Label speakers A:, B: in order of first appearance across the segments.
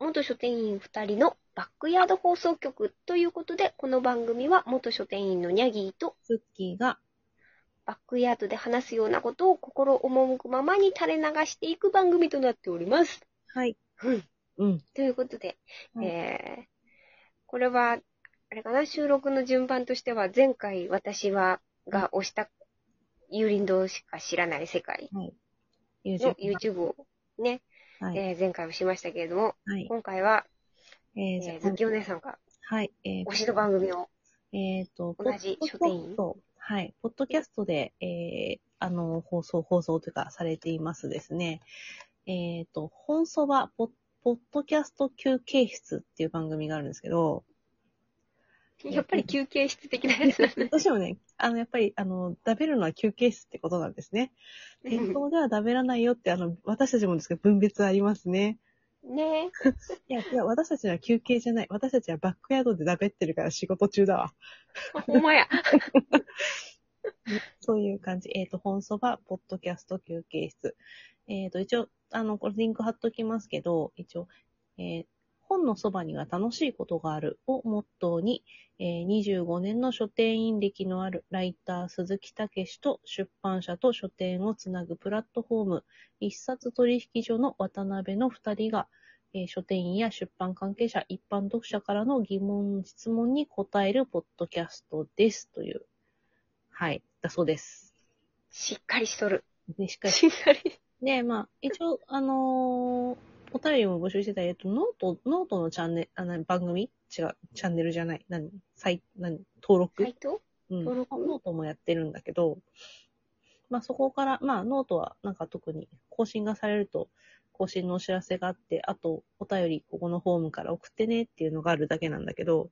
A: 元書店員2人のバックヤード放送局ということで、この番組は元書店員のニャギーと
B: ツッキーが、
A: バックヤードで話すようなことを心赴くままに垂れ流していく番組となっております。
B: はい。
A: うん
B: うん。
A: ということで、
B: はい
A: えー、これは、あれかな、収録の順番としては、前回私は、が押した、有林堂しか知らない世界の
B: YouTube。
A: YouTube をね、
B: はい。
A: えー前回をしましたけれども、
B: はい。
A: 今回は、
B: え
A: え
B: ー、じゃあ
A: ー、ズッキーお姉さんが
B: はい。えー、
A: 推しの番組を、
B: えっ、と、
A: 同じ
B: ポッ
A: 書店員
B: ポッドはい。ポッドキャストで、えー、あの、放送、放送というか、されていますですね。えっ、と、本そばポッ、ポッドキャスト休憩室っていう番組があるんですけど、
A: やっぱり休憩室的なやつなんだ。
B: 私もね、あの、やっぱり、あの、食べるのは休憩室ってことなんで すね。店頭では食べらないよって、あの、私たちもですけど、分別ありますね。
A: ね
B: いや、いや、私たちは休憩じゃない。私たちはバックヤードで食べってるから仕事中だわ。
A: え、ほんまや。
B: そういう感じ。えっ、と、本そば、ポッドキャスト休憩室。えっ、と、一応、あの、これリンク貼っときますけど、一応、えー本のそばには楽しいことがあるをモットーに、えー25年の書店員歴のあるライター鈴木武史と出版社と書店をつなぐプラットフォーム、一冊取引所の渡辺の2人が、えー書店員や出版関係者、一般読者からの疑問、質問に答えるポッドキャストです。という、はい、だそうです。
A: しっかりしとる。
B: ね、しっかり
A: しっかり。
B: で、まあ、一応、あのーお便りも募集してたり、えっと、ノート、ノートのチャンネル、あの、番組違う、チャンネルじゃない。何サイ、何登録、
A: 斎藤
B: うん。
A: 登
B: ノ
A: 録
B: ートもやってるんだけど、まあ、そこから、まあ、ノートは、なんか特に更新がされると、更新のお知らせがあって、あと、お便り、ここのフォームから送ってねっていうのがあるだけなんだけど、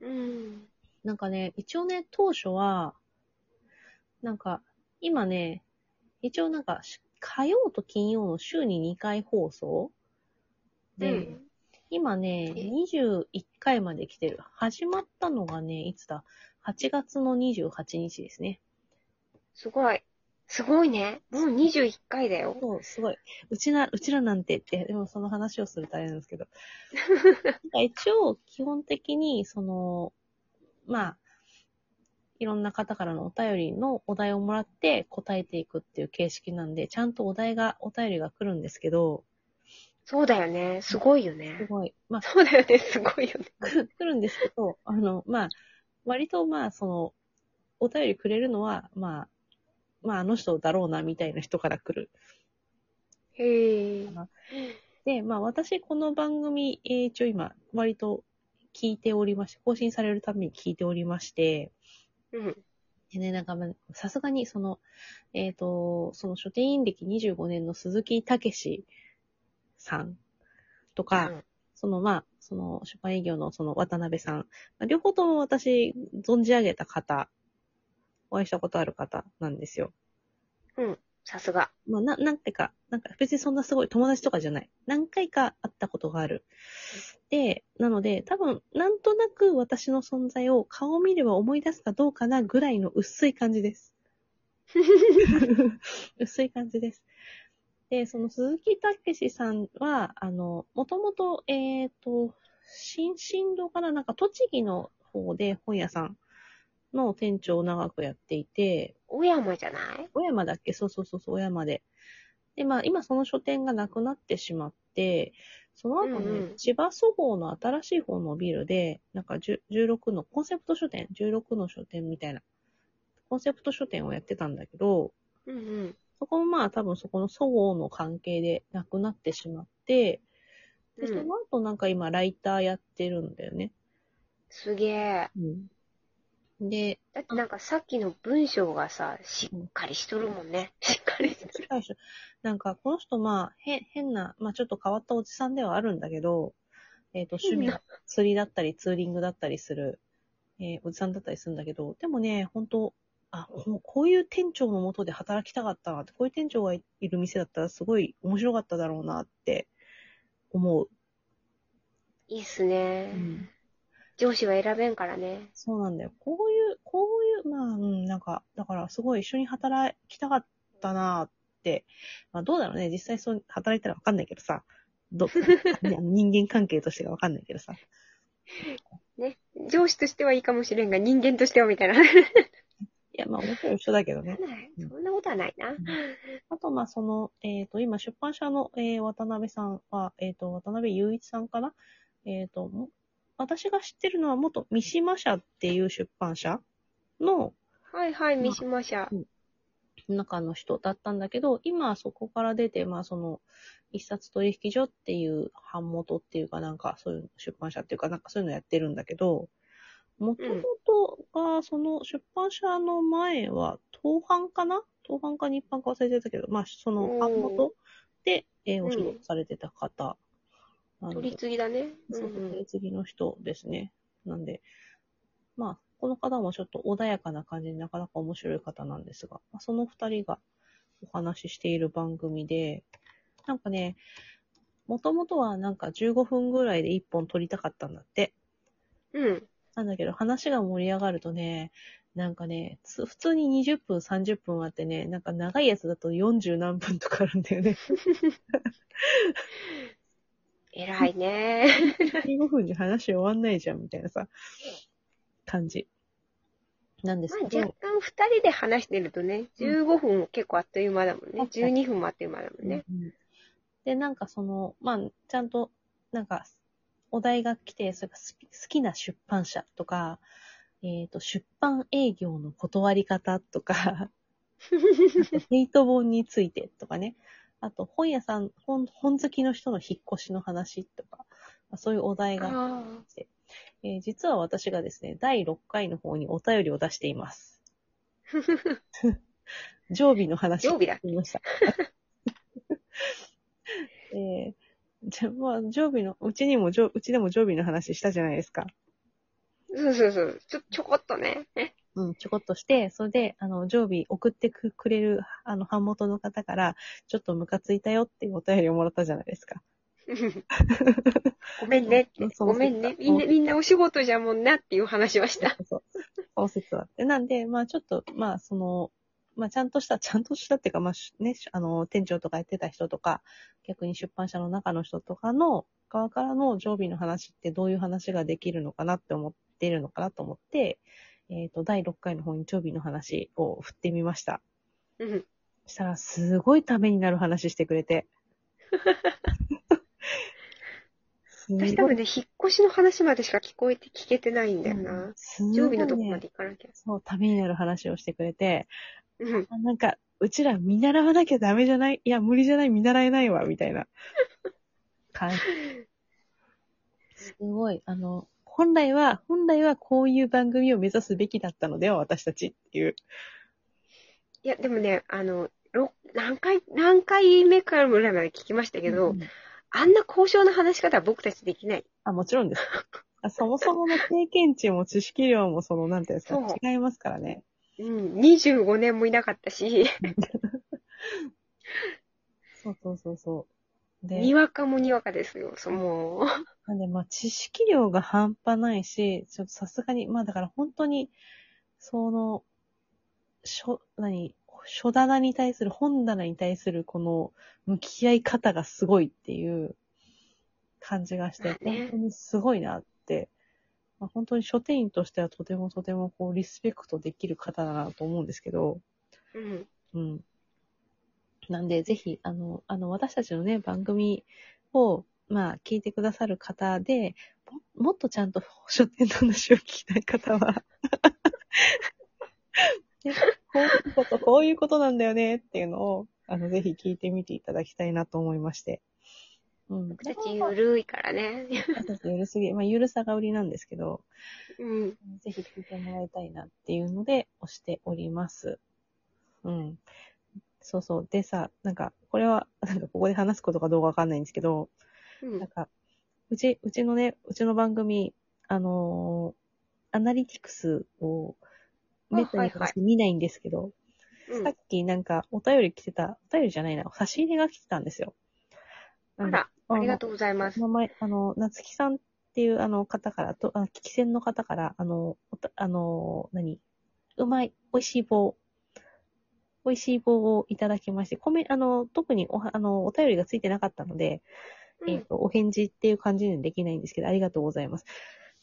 A: うん。
B: なんかね、一応ね、当初は、なんか、今ね、一応なんか、し火曜と金曜の週に2回放送で、
A: うん
B: 今ね、
A: え
B: 21回まで来てる。始まったのがね、いつだ ?8 月の28日ですね。
A: すごい。すごいね。もう21回だよ。
B: そう、すごい。うちな、うちらなんてって、でもその話をするとあれなんです けど。なんか一応、基本的に、その、まあ、いろんな方からのお便りのお題をもらって答えていくっていう形式なんで、ちゃんとお題が、お便りが来るんですけど、
A: そうだよね。すごいよ
B: す
A: ね。
B: ごい。まあ、
A: そうだよね。すごいよね。
B: 来る来るんですけど、あの、まあ、割とまあ、その、お便りくれるのは、まあ、まあ、あの人だろうな、みたいな人から来る。
A: へえ。
B: で、まあ私この番組、えー一応今割と聞いておりまして、更新されるために聞いておりまして、
A: うん。
B: でね、なんかまあさすがにその、えっ、と、その書店員歴25年の鈴木武史さんとか、そのまあ、その出版営業のその渡辺さん、まあ両方とも私存じ上げた方、お会いしたことある方なんですよ。
A: さすが。
B: まあ、な、何回か、なんか別にそんなすごい友達とかじゃない。何回か会ったことがある。で、なので、多分、なんとなく私の存在を顔を見れば思い出すかどうかなぐらいの薄い感じです。薄い感じです。で、その鈴木武史さんは、あの、もともと、えっ、と、新進堂からなんか栃木の方で本屋さんの店長を長くやっていて、
A: 小山じゃない
B: 小山だっけそうそうそうそう、小山で。で、まあ、今その書店がなくなってしまって、その後ね、
A: うんうん
B: 千葉そごうの新しい方のビルで、なんか10 16の、コンセプト書店、16の書店みたいな、コンセプト書店をやってたんだけど、
A: うんうん。
B: そこもまあ多分そこのそごうの関係でなくなってしまって、で、
A: う
B: そ
A: ん
B: の後なんか今ライターやってるんだよね。
A: すげえ。
B: うん。で、
A: だってなんかさっきの文章がさ、しっかりしとるもんね。しっかりしとる。
B: 最初、なんか、この人、まあ、へ、変な、まあ、ちょっと変わったおじさんではあるんだけど、えっ、と、趣味が釣りだったり、ツーリングだったりする、えーおじさんだったりするんだけど、でもね、本当あ、もうこういう店長のもとで働きたかったなって、こういう店長がいいる店だったらすごい面白かっただろうなって思う。
A: いいっすね。
B: うん
A: 上司は選べんからね。
B: そうなんだよ。こういう、こういう、まあ、うん、なんか、だから、すごい一緒に働きたかったなって、まあ、どうだろうね。実際そう、働いたらわかんないけどさ。ど、 いや人間関係としてがわかんないけどさ。
A: ね。上司としてはいいかもしれんが、人間としてはみたいな。
B: いや、まあ、もちろん一緒だけどね。
A: そんなことはないな。
B: あと、まあ、その、えっ、と、今、出版社の、えー渡辺さんは、えっ、と、渡辺雄一さんかなえっ、と、も私が知ってるのは、元三島社っていう出版社の
A: はいはい、三島社。
B: 中の人だったんだけど、今、そこから出て、まあ、その、一冊取引所っていう版元っていうかなんか、そういう出版社っていうかなんかそういうのやってるんだけど、もともとが、その出版社の前は、東版かな東版か日版か忘れてたけど、まあ、その版元で、えーお仕事されてた方。なんで
A: 取り次ぎだね。
B: そううん
A: うん
B: 受け継ぎの人ですね。なんで、まあ、この方もちょっと穏やかな感じでなかなか面白い方なんですが、まあ、その二人がお話ししている番組で、なんかね、もともとはなんか15分ぐらいで1本撮りたかったんだって。
A: うん。
B: なんだけど話が盛り上がるとね、なんかね、つ普通に20分、30分あってね、なんか長いやつだと40何分とかあるんだよね。
A: 偉いね。
B: 15分じゃ話終わんないじゃん、みたいなさ、感じ。なんです
A: まあ
B: け
A: 若
B: ど、
A: 干二人で話してるとね、15分も結構あっという間だもんね。
B: 確かに
A: 12分もあっという間だもんね。
B: うんで、なんかその、まあ、ちゃんと、なんか、お題が来て、それが好き好きな出版社とか、えっ、と、出版営業の断り方とか、 ヘイト本についてとかね。あと、本屋さん、本、本好きの人の引っ越しの話とか、まあそういうお題が
A: ああ。
B: えー実は私がですね、第6回の方にお便りを出してい ます。常備の話。
A: 常備だ。
B: ました。 えーじゃあ、まあ、常備の、うちにも、常うちでも常備の話したじゃないですか。
A: そうそうそう。ちょ、ちょこっと ね。ね
B: うん、ちょこっとして、それで、あの、常備送ってくくれる、あの、版元の方から、ちょっとムカついたよっていうお便りをもらったじゃないですか。
A: ごめんねって
B: そう。そう
A: ごめんね。みんな、みんなお仕事じゃもんなっていう話はした。
B: そうそう。そう説はあって。なんで、まあちょっと、まあその、まあちゃんとした、ちゃんとしたっていうか、まあしね、しあの、店長とかやってた人とか、逆に出版社の中の人とかの側からの常備の話ってどういう話ができるのかなって思ってるのかなと思って、えっ、と、第6回の方に常備の話を振ってみました。
A: うん。
B: したら、すごいためになる話してく れて。すごい
A: 私多分ね、引っ越しの話までしか聞こえて、聞けてないんだよ
B: う。
A: なん
B: すごいね
A: 常備のとこまで行かなきゃ。
B: そう、ためになる話をしてくれて、
A: うん。
B: あなんか、うちら見習わなきゃダメじゃないいや、無理じゃない見習えないわ、みたいな。感じ。すごい。あの、本来は、本来はこういう番組を目指すべきだったのでは、私たちっていう。
A: いや、でもね、あの、ろ何回、何回目からぐらいまで聞きましたけど、
B: うん
A: あんな交渉の話し方は僕たちできない。
B: あ、もちろんです。あそもそもの経験値も知識量も、その、なんていうんです
A: そう
B: か、違いますからね。
A: うん、25年もいなかったし、
B: そうそうそうそう。で
A: にわかもにわかですよ、そもう。
B: なんで、まあ、知識量が半端ないし、ちょっとさすがに、まあ、だから本当に、その、書、何、書棚に対する、本棚に対する、この、向き合い方がすごいっていう感じがして、
A: まあね
B: 本当にすごいなって、まあ、本当に書店員としてはとてもとても、こう、リスペクトできる方だなと思うんですけど、
A: うん。
B: うん。なんで、ぜひ、あの、あの、私たちのね、番組を、まあ、聞いてくださる方で、ももっとちゃんと書店の話を聞きたい方は、 ねこういうこと、こういうことなんだよねっていうのを、あの、ぜひ聞いてみていただきたいなと思いまして。うん。
A: 僕たちゆるいからね。
B: 私たちゆるすぎ、まあ、ゆるさが売りなんですけど、
A: うん。
B: ぜひ聞いてもらいたいなっていうので、押しております。うん。そうそう。でさ、なんか、これは、 なんかここで話すことかどうかわかんないんですけど、
A: うん
B: なんか、うち、うちのね、うちの番組、あのーアナリティクスを、めった
A: あは
B: に
A: いはい
B: 私見ないんですけど、
A: うん
B: さっきなんかお便り来てた、お便りじゃないな、差し入れが来てたんですよ。
A: あら、ありがとうございます。
B: 名前、あの、夏木さんっていうあの方から、と、あ、聞き戦の方から、あの、おたあの、何うまい、美味しい棒。美味しい棒をいただきまして、コメ、あの、特におは、あの、お便りがついてなかったので、
A: うん
B: えっ、と、お返事っていう感じにはできないんですけど、ありがとうございます。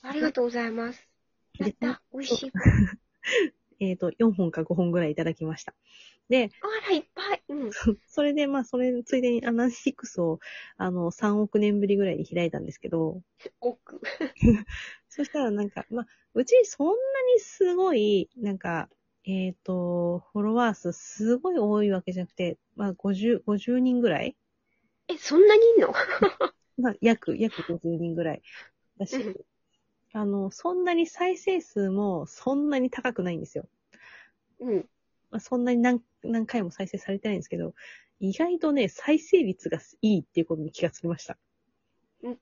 A: ありがとうございます。やった、美味しい。
B: えっ、と、4本か5本ぐらいいただきました。で、
A: あら、いっぱい。うん。
B: それで、まあ、それ、ついでにアナリティクスを、あの、3億年ぶりぐらいに開いたんですけど、
A: 奥。
B: そしたらなんか、まあ、うちそんなにすごい、なんか、えっ、と、フォロワー数すごい多いわけじゃなくて、まあ、50、50人ぐらい
A: え、そんなにいんの
B: まあ、約、約50人ぐらいだし
A: うん、
B: あの、そんなに再生数もそんなに高くないんですよ。
A: うん。
B: まあ、そんなに何何回も再生されてないんですけど、意外とね、再生率がいいっていうことに気がつきました。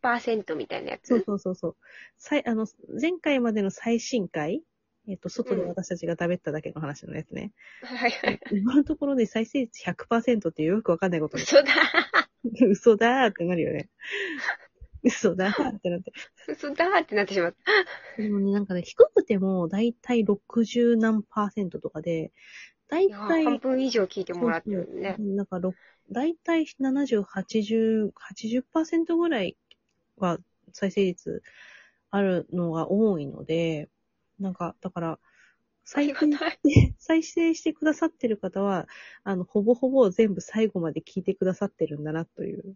A: パーセントみたいなや
B: そう
A: つ。
B: そうそうそう。さいあの、前回までの最新回、えっ、と、外で私たちが食べただけの話のやつね。
A: はいはい。
B: 今のところで再生率100%っていうよくわかんないことに
A: 嘘だ。
B: 嘘だーってなるよね。 嘘だーってなって。
A: 嘘だーってなってしまった。
B: でもね、なんかね、低くてもだいたい60何パーセントとかで、だい
A: いや
B: た
A: 半
B: い、
A: 分以上聞いてもらってるね。
B: なんか、ろだいたい70、80、80%ぐらいは再生率あるのが多いので、なんか、だから、
A: あ
B: 最
A: り
B: 近
A: がたい。
B: 再生してくださってる方は、あの、ほぼほぼ全部最後まで聞いてくださってるんだなという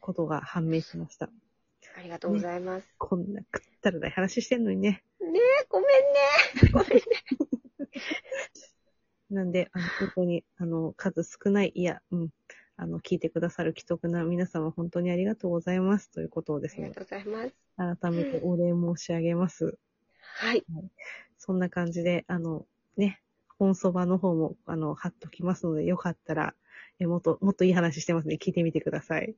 B: ことが判明しました。
A: ありがとうございます。
B: こんなくったらない話してんのにね。
A: え、ごめんね。 ごめんね。
B: なんで、あの、本当に、あの、数少ない、いや、うん、あの、聞いてくださる既得な皆様、本当にありがとうございますということをで
A: あ
B: す
A: りが
B: ね、
A: とうございます。
B: 改めてお礼申し上げます。
A: はい。
B: そんな感じで、あの、ね、本そばの方も、あの、貼っときますので、よかったら、えもっと、もっといい話してますね。聞いてみてください。